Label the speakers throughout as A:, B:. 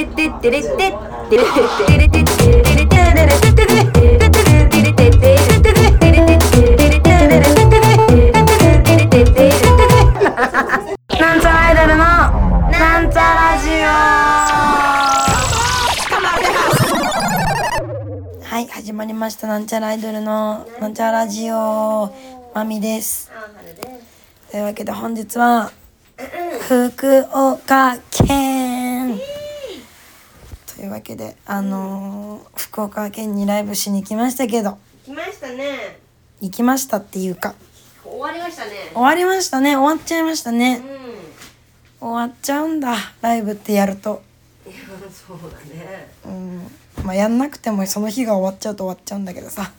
A: テレテテレテレテテレテレテレテレなんちゃらアイドルのなんちゃラジオはい始まりましたなんちゃらアイドルのなんちゃラジオまみですというわけで本日は福岡県というわけであのー福岡県にライブしに来ましたけど
B: 来ましたね
A: 行きましたっていうか
B: 終わりましたね
A: 終わりましたね終わっちゃいました
B: う
A: ね
B: ん
A: 終わっちゃうんだライブってやると
B: いやそうだね
A: うんまあやんなくてもその日が終わっちゃうと終わっちゃうんだけどさ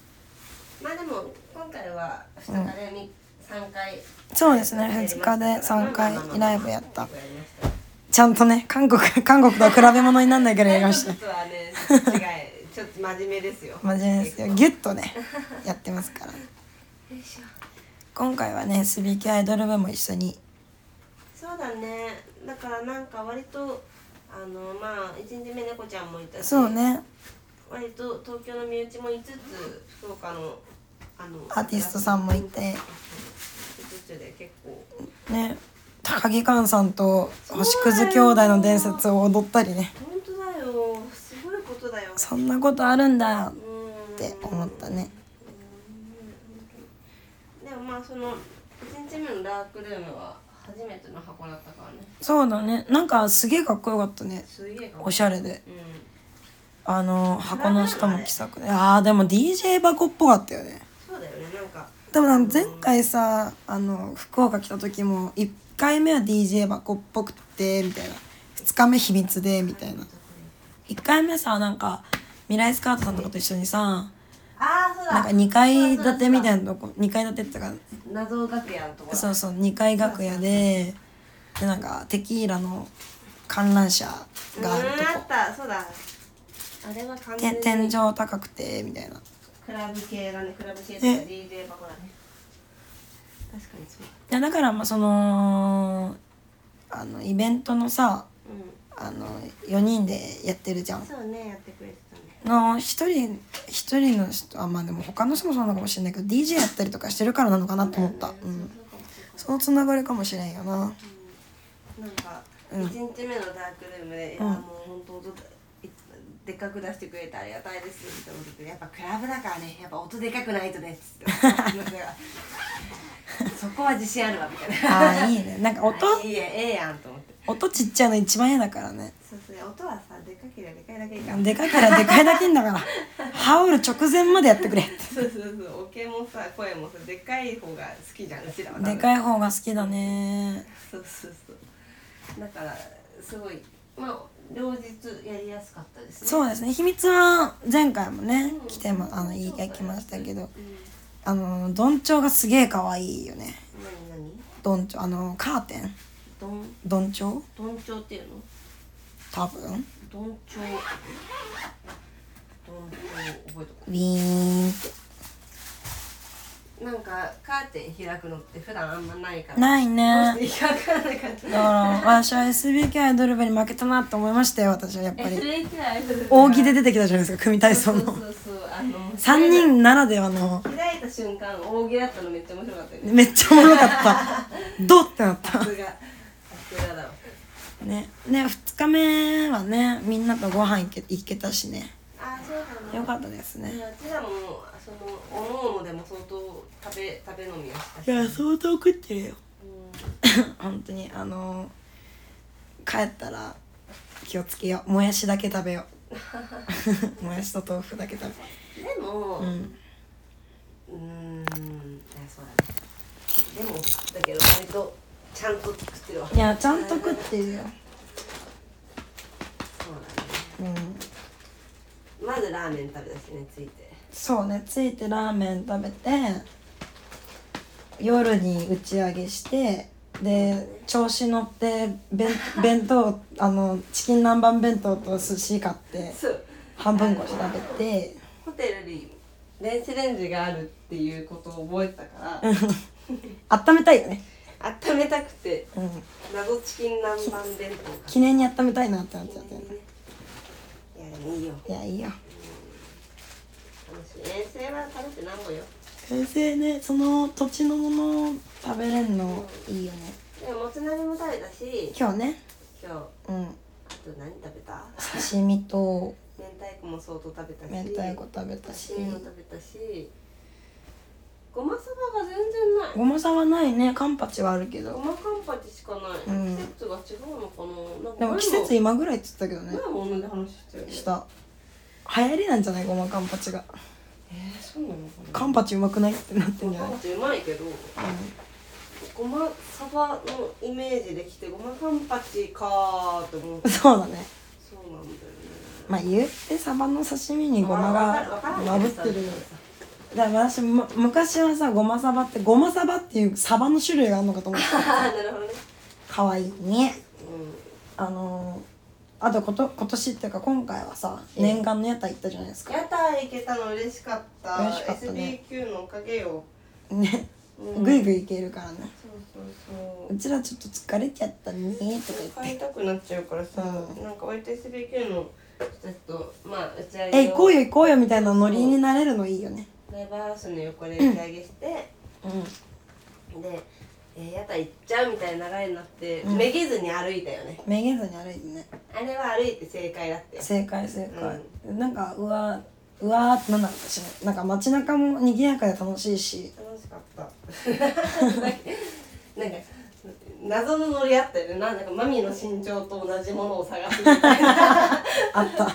B: まあでも今回は2日でみ三回
A: そうですね2日で3回ライブやった
B: やりましたよ
A: ちゃんとね韓国韓国とは比べ物になんないけどやりまし
B: ちょ
A: た
B: っとはね違いちょっと真面目ですよ
A: 真面目ですよギュッとねやってますから今回はね SBK アイドル部も一緒に
B: そうだねだからなんか割とあのまあ1日目猫ちゃんもいたし
A: そうね
B: 割と東京の身内もいつつ福岡のあの
A: アーティストさんもいて
B: いつつで結構
A: ね高木寛さんと星屑兄弟の伝説を踊ったりね
B: 本当だよすごいことだよ
A: そんなことあるんだっ
B: うん
A: て思ったね
B: でもまあその1日目のダークルームは初めての箱だったからね
A: そうだねなんかすげえかっこよかったね
B: すげえかも
A: おしゃれで
B: うん
A: あの箱の下も気さくであーでも DJ 箱っぽかったよね
B: そうだよねなんか
A: でもなんか前回さあの福岡来た時も1回目は DJ 箱っぽくてみたいな2日目秘密でみたいな1回目さなんかミライスカートさんとかと一緒にさ
B: ああそうだ
A: なんか2階建てみた
B: い
A: いなとこ2階建てっていうか
B: 謎楽屋のところ
A: そうそう2階楽屋ででなんかテキーラの観覧車があると
B: うんあ
A: こ
B: ったそうだあれは完
A: て
B: 全に
A: 天井高くてみたいな
B: クラブ系だねクラブ系とか DJ 箱だね確かにそうだ
A: いやだからまあそのあのイベントのさ
B: う
A: あの4人でやってるじゃ
B: ん
A: ん
B: そうねやってくれてたね
A: の1人一人の人あまあでも他の人もそうなのかもしれないけど DJ やったりとかしてるからなのかなと思った、うん、
B: そうかもしれない
A: そのつながりかもしれんよな
B: なんか
A: うん
B: 1日目のダークルームで「
A: うん
B: いやもう本当音でっかく出してくれてありがたいです」って思っててやっぱクラブだからねやっぱ音でかくないとね」っつ ってそこは自信あるわ」みたいな
A: ああいいねなんか音
B: いいえええやん」と思って
A: 音ちっちゃいの一番嫌だからね
B: そうそう音はさでかけりゃでかいだけいいから
A: でかいからでかいだけんだ から羽織る直前までやってくれ
B: そうそうそうおけもさ声もさでかい方が好きじゃんうちらは多分
A: でかい方が好きだね
B: そうそうそうだからすごいまあ両日やりやすかったですね
A: そうですね秘密は前回もね
B: うん
A: 来てもあの言いきましたけど
B: うん
A: あのどんちょうがすげえ可愛いよね
B: 何何
A: どんちょうあのカーテン
B: どん
A: どんちょう
B: どんちょうっていうの
A: 多分
B: どんちょうどんちょう覚えとこ
A: ウィーンって
B: うなんかカーテン開くのって普段あんまないから
A: ない
B: ど
A: ね
B: うしていいか分からなかった
A: だから私は SBK アイドル部に負けたなって思いましたよ私はやっぱり
B: SHI アイドル
A: 扇で出てきたじゃないですか組体操
B: そうそ
A: の
B: うそうあの
A: 3人ならではの
B: 開いた瞬間扇だったのめっちゃ面白かった よね
A: めっちゃおもろかったドってなっ
B: さ
A: た
B: すがさすがだわ
A: ねね2日目はねみんなとご飯行け行けたしね
B: あーそうだな
A: よかったです
B: い
A: ね
B: やうちらもそのおのおのでも相当食べ食べ飲みをしたし
A: いや相当食ってるよ
B: うん
A: 本当にあの帰ったら気をつけようもやしだけ食べよ うもやしと豆腐だけ食べよ
B: でも、
A: う、うん、
B: うーん、あそうだね。でも、だけど、割と、ちゃんと作ってるわ。
A: いやちゃんと食ってるよ、
B: そうだね。
A: うん、
B: まずラーメン食べたしね、ついて。
A: そうねついてラーメン食べて夜に打ち上げしてで調子乗って 弁弁当あのチキン南蛮弁当と寿司買って
B: そう。
A: 半分こし食べて
B: ホテルに電子レンジがあるっていうことを覚えてたから、
A: 温めたいよね、
B: 温めたくて、
A: うん、
B: 謎チキン南蛮弁当が。
A: 記念に温めたいなってなっちゃって
B: ねねいいよ
A: いやいいよ
B: 楽しい遠征は楽しくなるよ
A: 先生ねその土地のものを食べれるのいいよね
B: でももつ鍋も食べたし
A: 今日ね
B: 今日あ
A: うん
B: と何食べた
A: 刺身と
B: 明太子も相当食べたし
A: 明太子食べたし
B: 刺身も食べたしごまさばが全然ない
A: ごまさはないねカンパチはあるけ
B: ご
A: ど
B: まカンパチしかない、
A: うん
B: 季節が違うのかななん
A: で
B: か
A: も季節今ぐらいって言ったけどね
B: 前も同じ話してるよね
A: した流行りなんじゃないごまカンパチが
B: えー、そうなのかな
A: カンパチうまくないってなってん
B: ご
A: じゃ
B: ま
A: ない
B: カンパチうまいけどごまサバのイメージできてごまカンパチかーって思う
A: うん そうだね
B: そうなんだよね
A: まあ言ってサバの刺身にごまがまぶってるだから私も昔はさごまサバってごまサバっていうサバの種類があるのかと思って た
B: ああ なるほどね
A: かわいいね
B: うん
A: あのー、あとこと今年っていうか今回はさ
B: ええ
A: 念願の屋台行ったじゃないですか
B: 屋台行けたの嬉しかった
A: 嬉しかったね
B: SBQ のおかげよ
A: ね
B: うん
A: ぐいぐい行けるからね
B: そうそうそう
A: うちらちょっと疲れちゃったねとか言っ
B: 帰りたくなっちゃうからさ、
A: う
B: なんか割と SBQ の人たちとまあ打ち上
A: てえ
B: げ
A: 行こう
B: よ
A: よ行こうよみたいなノリになれるのいいよね
B: ライブハウスの横で打ち上げして、
A: うん
B: で、えー屋台行っちゃうみたいな流れになって、
A: うん
B: めげずに歩いたよね
A: めげずに歩いてね
B: あれは歩いて正解だって
A: 正解正解、なんかうわうわーってなんだ私ねなんか街中も賑やかで楽しいし
B: 楽しかった なんか謎のノリあったよねなんだかマミの身長と同じものを探すみたいな
A: あった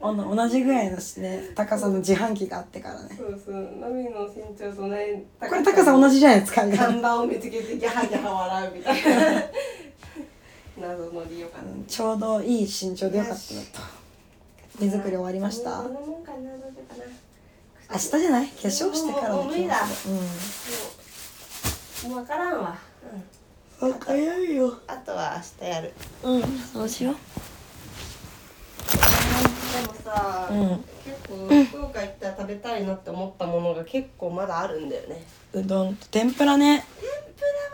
A: おん同じぐらいのしね高さの自販機があってからね
B: そうそうマミの身長と同じ
A: これ高さ同じじゃないですかみたいな
B: 看板を見つけてギャハギャハ笑うみたいな 謎の理由かな
A: うんちょうどいい身長でよかったなと手作り終わりました
B: こん
A: 明
B: なもんかなどうしようかな
A: 日じゃない化粧してからの
B: もうもう無理だ
A: う
B: もう分からんわ、
A: ん早いよ
B: あとは明日やる
A: うんそうしよう
B: でもさ、
A: うん
B: 結構福岡行ったら食べたいなって思ったものが結構まだあるんだよね
A: うどんと天ぷらね
B: 天ぷら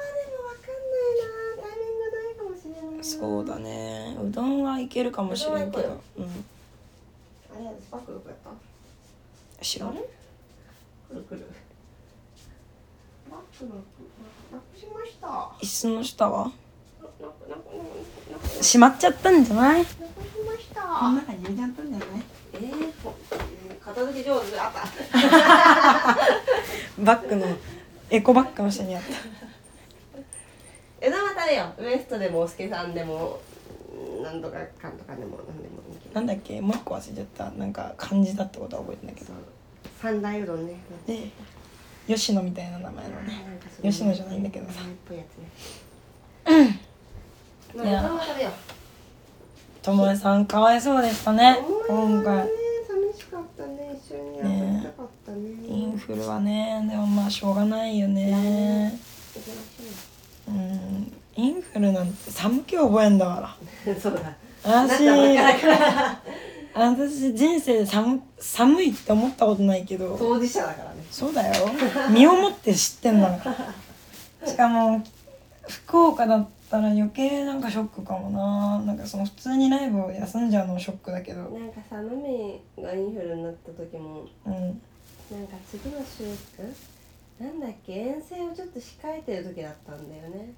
B: はでも分かんないなタイミングないかもしれないな
A: そうだねうどんはいけるかもしれんけ
B: う
A: ど
B: どんは行
A: うん
B: あれスパクどこやったあ
A: 知らん
B: れくるくるバックのなくしましたな
A: 椅子の下は
B: なくなくなくなくなくし
A: 閉まっちゃったんじゃない
B: ました
A: 中に入れちゃったんじゃない
B: えー、こうん片付け上手あった
A: バッグのエコバッグの下にあった
B: 枝は食べよウエストでもおすけさんでもうんなんとかかんとかでもなんでもいいけど
A: なんだっけもう一個忘れちゃったなんか漢字だってことは覚えてないけど
B: そう三大うどんね
A: で吉野みたいな名前のね吉野じゃないんだけどさ
B: 名前っぽいやつね
A: い
B: ま
A: や
B: あうどんは食べよう
A: ともえさんかわいそうでしたね
B: お
A: 今
B: 前は
A: 回
B: ね寂しかったね一緒にやりたかったね
A: イ
B: 行
A: ン
B: き
A: フルはねでもまあしょうがないよね
B: ま
A: うんインフルなんて寒気覚えんだから
B: しょうそうだ
A: 私
B: なったばっかだから
A: 私人生で寒寒いって思ったことないけど
B: 当事者だからね
A: そうだよ身をもって知ってんだからしかも福岡だったら余計なんかショックかもななんかその普通にライブを休んじゃうのもショックだけど
B: なんかさマミがインフルになった時も
A: うん
B: なんか次の週んなんだっけ遠征をちょっと控えてる時だったんだよね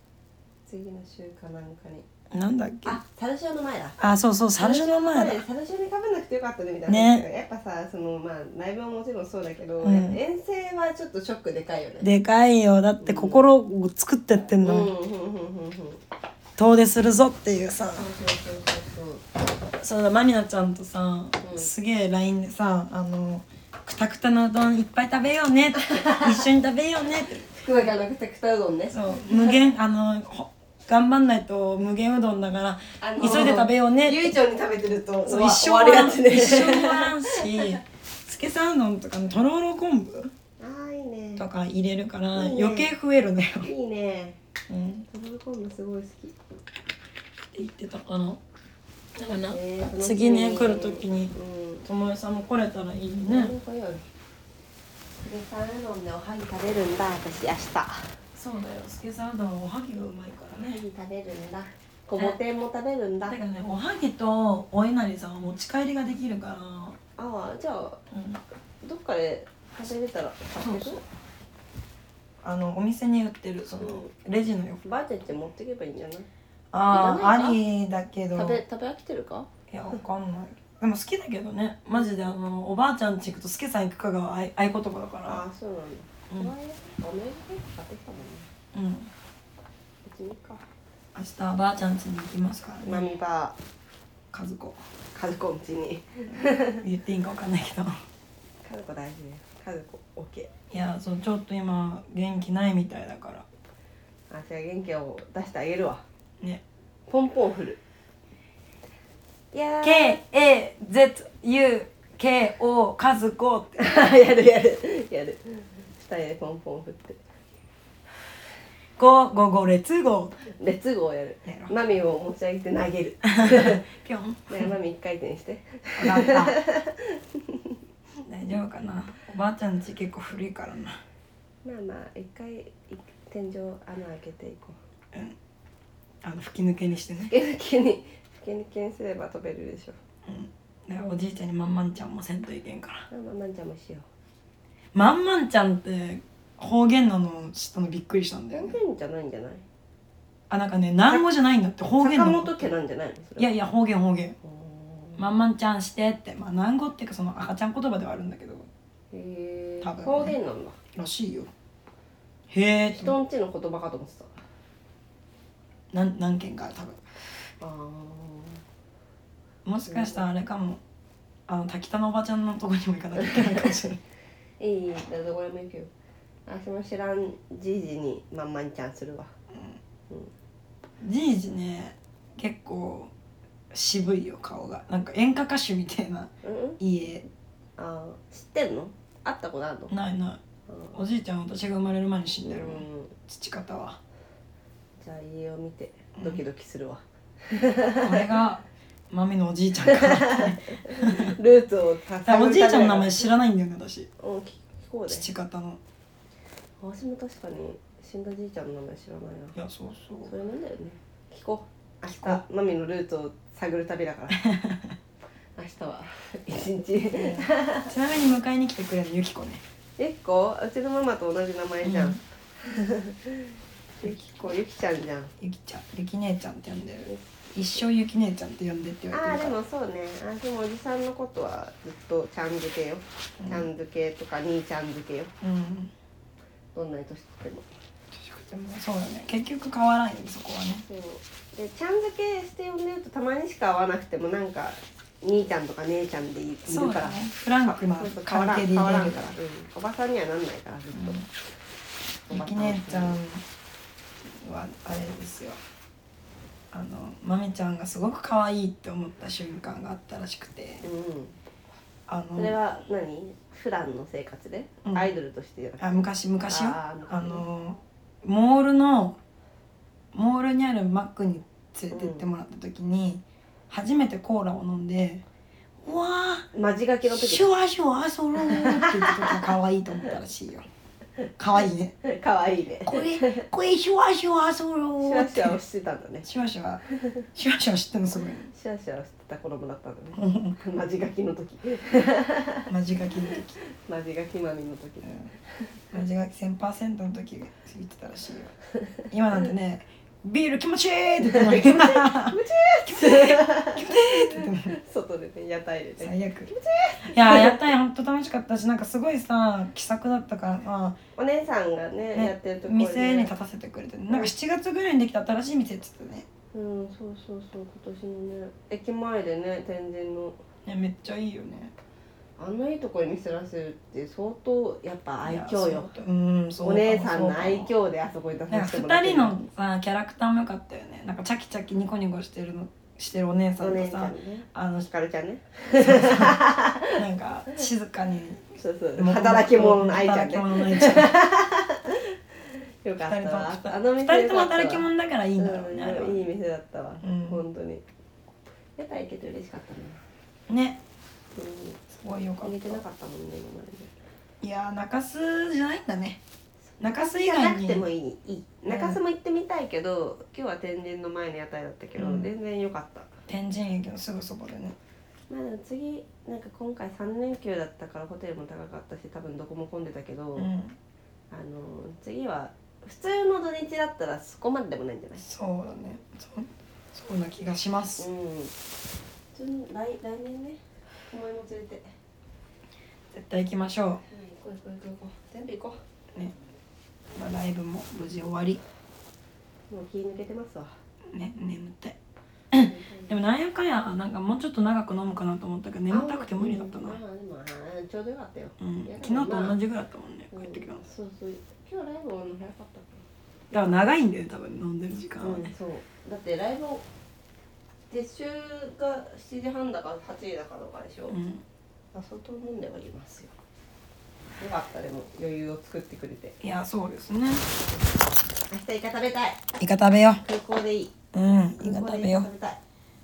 B: 次の週かなんかに
A: なんだっけ
B: あサルシオの前だ
A: あそうそうサルショの前だ
B: サルシオにかぶんなくてよかったねみたいな話だけど、
A: ね
B: やっぱさそのまあライブももちろんそうだけど、
A: うん
B: やっぱ遠征はちょっとショックでかいよね
A: でかいよだって心を作ってってん
B: うん
A: の、
B: うんうんうんうんそう
A: 遠出するぞっていうさ
B: そうそうそう
A: そうだまみなちゃんとさ、
B: うん
A: すげえ LINE でさあのくたくたのうどんいっぱい食べよう ねって一緒に食べようねって
B: 福岡のくたくたうどんね
A: そう無限あのほ頑張んないと無限うどんだから
B: あの
A: 急いで食べようね
B: 悠長に食べてると
A: そう
B: わ
A: 一生終
B: 終わ
A: わ
B: り
A: ら
B: が
A: ん
B: ちね
A: 一生終わらんしつけさうどんとかのとろろ昆布
B: あーいいね
A: とか入れるから
B: いいね
A: 余計増えるんだよ、
B: いいね
A: うん、って
B: とろろ昆布すごい好き
A: 言ってたかなだからな
B: えー楽しみ
A: 次ね来る時に
B: うん
A: 友よさんも来れたらいいね
B: ね。これサーロンでおはぎ食べるんだ私明日。おは
A: そうだよ、スケさんうどんはおはぎがうまいから
B: ぎ
A: ね。
B: 食べるんだ。小ぼてんも食べるんだ
A: だからねおはぎとお稲荷さんは持ち帰りができるから、
B: ああじゃあ
A: うん、
B: どっかで食べれたら買って
A: そう
B: く
A: あのお店に売ってるそのレジの横
B: ばあちゃんって持ってけばいいんじゃない
A: あ
B: いらない
A: あ
B: か
A: ありだけど
B: 食べ食べ飽きてるか
A: いやわかんないでも好きだけどねマジであのおばあちゃんち行くとすけさん行くかが合い合言葉だ
B: あ
A: か
B: あそうなんだ
A: らうん、
B: お前おめで買ってきたもんね
A: うん、
B: 別にいいか
A: 明日ばあちゃんちに行きますから
B: マ
A: ね
B: ミば
A: 和 子
B: カズコんちに
A: 言っていいんかわかんないけど
B: カズコ大事ねカズコオッケ
A: いやそうちょっと今元気ないみたいだから
B: ーあじゃあ元気を出してあげるわ
A: ね
B: ポンポン振るいやー
A: KAZUKO 和子って
B: やるやるやる二人でポンポン振って
A: 5五五列号
B: レッツゴーやる
A: やろ
B: マミを持ち上げて投げる
A: ぴょん
B: ねマミ一回転して
A: わかった大丈夫かなおばあちゃんち結構古いからな
B: まあまあ一回い天井穴開けていこう
A: あの吹き抜けにしてね
B: 吹き抜けに吹き抜けにすれば飛べるでしょ
A: だからおじいちゃんにまんまんちゃんもせんといけんから
B: まあまあまんちゃんもしよ
A: まんまんちゃんって方言なの知ったのびっくりしたん
B: う
A: だよ
B: 方
A: ね
B: 言じゃないんじゃない
A: あなんかね南語じゃないんだって方言な
B: 坂
A: の
B: 本家なんじゃないのそれ
A: いやいや方言方言
B: うーん
A: まんまんちゃんしてってまあ南語っていうかその赤ちゃん言葉ではあるんだけど
B: へえ
A: 多分
B: 方言なんだ
A: らしいよへえって
B: 人んちの言葉かと思ってた
A: なん何件か多分
B: ああ
A: もしかしたらあれかもあの滝田のおばちゃんのとこにも行かなきゃいけないかも しれない
B: いいいいどこでも行くよ私も知らんじいじにまんまんちゃんするわ
A: じいじね結構渋いよ顔がなんか演歌歌手みたいな
B: うんうん
A: 家
B: ああ知ってんの会ったことあるの
A: ないない
B: あー
A: おじいちゃん私が生まれる前に死んでるもん、
B: うん
A: 父方は
B: じゃあ家を見てドキドキするわ、
A: これがマミのおじいちゃんか なって
B: ルーツを探
A: おじいちゃんの名前
B: 知
A: 知らないんだよね私
B: うん聞聞こうで
A: 父方の
B: 私も確かに死んだじいちゃんの名前知らない
A: いやそうそ
B: な
A: う
B: それなんだよね聞こう
A: 聞こ
B: 明日マミのルーツを探る旅 だから明日は一日
A: ちなみに迎えに来てくれるのゆきこね
B: ゆきこうちのママと同じ名前じゃん、 ゆきこゆきちゃんじゃん
A: ゆきちゃんゆき姉ちゃんって呼んでる一生ゆき姉ちゃんって呼んでって言わ
B: あ
A: れ
B: あ
A: て
B: で
A: るか
B: もそうねあーでもおじさんのことはずっとちゃんづけよ、ちゃんづけとか兄ちゃんづけよ
A: らうん
B: どんなに年取っても
A: でもそうだね結局変わらんよねそこはね
B: そうでちゃん付けして呼んでるとたまにしか会わなくてもなんか兄ちゃんとか姉ちゃんでいるから
A: そうだねフランクな
B: そうそう変わら
A: 関
B: ん
A: 係でい
B: 変
A: れるから
B: わらんから、うん、おばさんにはなんないからずっと、
A: ゆき姉ちゃんはあれですよあのまみちゃんがすごく可愛いって思った瞬間があったらしくて
B: う
A: あ
B: ん、それ
A: の
B: は何普段の生活で、
A: うん
B: アイドルとしてじゃなくて
A: あ昔昔よ
B: あー
A: あのモールのモールにあるマックに連れてってもらった時に、初めてコーラを飲んで「うわ
B: マジ書き
A: ー
B: の
A: シ
B: 時
A: ュワシュワそろー」って言ってた可愛いと思ったらしいよ可愛いね
B: かわいいね
A: これこれシュワシュワそろ
B: シュ
A: ー
B: ワ
A: って
B: シュワをしてたんだね
A: シュワシュワシュワシュワ知ってんのすごいね
B: シュワシュワしてた子供だったんだねマジ書きの時
A: マジガキの時、
B: マジ書きまみの時
A: うん、マジガキ1000%の時言ってたらしいよ今なんてねビール気持ちいいって言ってるのに
B: 外でね屋台でね
A: 最悪いややったんやほんと楽しかったしなんかすごいさ気さくだったからさ、
B: お姉さんがねや
A: ね
B: ってるところにね
A: 店に立たせてくれてなんか7月ぐらいにできた新しい店って言って
B: うん、そうそうそう今年のね駅前でね天神の
A: たねねめっちゃいいよね
B: あんないいとこに見せらせるって相当やっぱ愛嬌
A: いや
B: よ
A: そううんそう
B: お姉さんの愛
A: 嬌
B: 嬌であそこに出
A: なん
B: さ
A: か
B: せてもらっ
A: 2
B: てる
A: 人のさキャラクターもよかったよねなんかチャキチャキニコニコしてるのしてるお姉さ
B: お
A: んと
B: 姉ちゃ
A: さ
B: んね
A: あの
B: ひかるちゃんね
A: なんか静かに
B: そうそう 働き者の愛ちゃん
A: 働き
B: ね
A: 者の愛ちゃん
B: よかったわあの
A: 二
B: 店
A: 人とも
B: よかったわ
A: 働き者だからいいんだろうねあれ
B: うんい
A: はい
B: 店だったわ、
A: うん
B: 本当に屋台行けて嬉しかったな
A: ね
B: うん
A: すごいよかっ
B: 行けてな
A: た
B: かったもんね今までね
A: いやー中洲じゃないんだね
B: そ
C: 中洲以
B: じゃな
C: 外
B: く
C: に
B: てもいいいい
C: うん
B: 中洲も行ってみたいけど、今日は天神の前の屋台だったけど、
C: うん
B: 全然良かった
C: 天神駅のすぐそばでね
B: まあでも次なんか今回3連休だったからホテルも高かったし多分どこも混んでたけど、
C: うん
B: あの次は普通の土日だったらそこまででもないんじゃない
C: そうだねそそうな気がします、
B: うん普通の来来年ねお前も連れて、はい、
C: 絶対行きましょ
B: 行こう行こう行こう行こう全部行こ
C: うね、まあ、ライブも無事終わり
B: うもう気抜けてますわ
C: ね眠たいで
B: 眠
C: もなんやかんやなんかもうちょっと長く飲むかなと思ったけど眠たくて無理だったな
B: まあでもあちょうどよかったよ、
C: うん昨日と同じぐらいだったもんね帰ってきたのだか
B: そうそう今日ライブ終わるの早かったから
C: 長いんだよ多分飲んでる時間は
B: うん、
C: ね
B: そうだってライブを撤収が7時半だから8時だからとかでしょ、
C: うん
B: あ相当飲んではいますよよかったでも余裕を作ってくれて
C: いやそうですね
B: 明日イカ食べたい
A: イカ食べよ
B: 空港でいいう
A: うんイ
B: 空
A: カ
B: 港
A: 食べ
B: でイカ
A: よ
B: 食べたい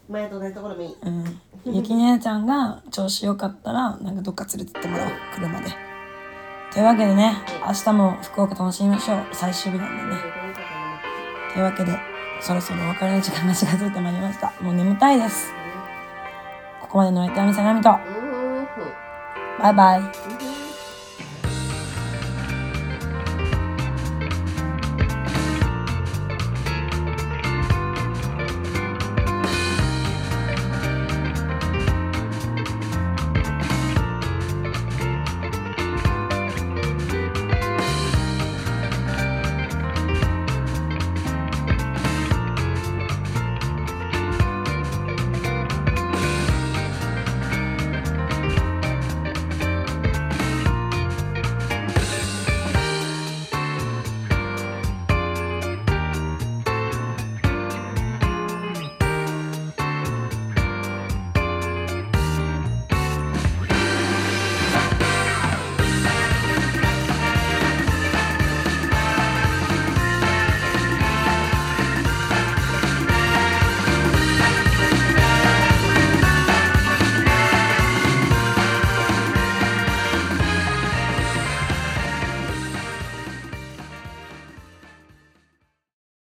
B: 前と同じところもいいう
A: うんゆき姉ちゃんが調子よかったらなんかどっか連れてってもらおう車でというわけでね明日も福岡楽しみましょう最終日なんでねというわけでそろそろお別れの時間が近づいてまいりましたもう眠たいですここまでのお相手はみさがみと
B: うんうんうん
A: バイバイ
B: うん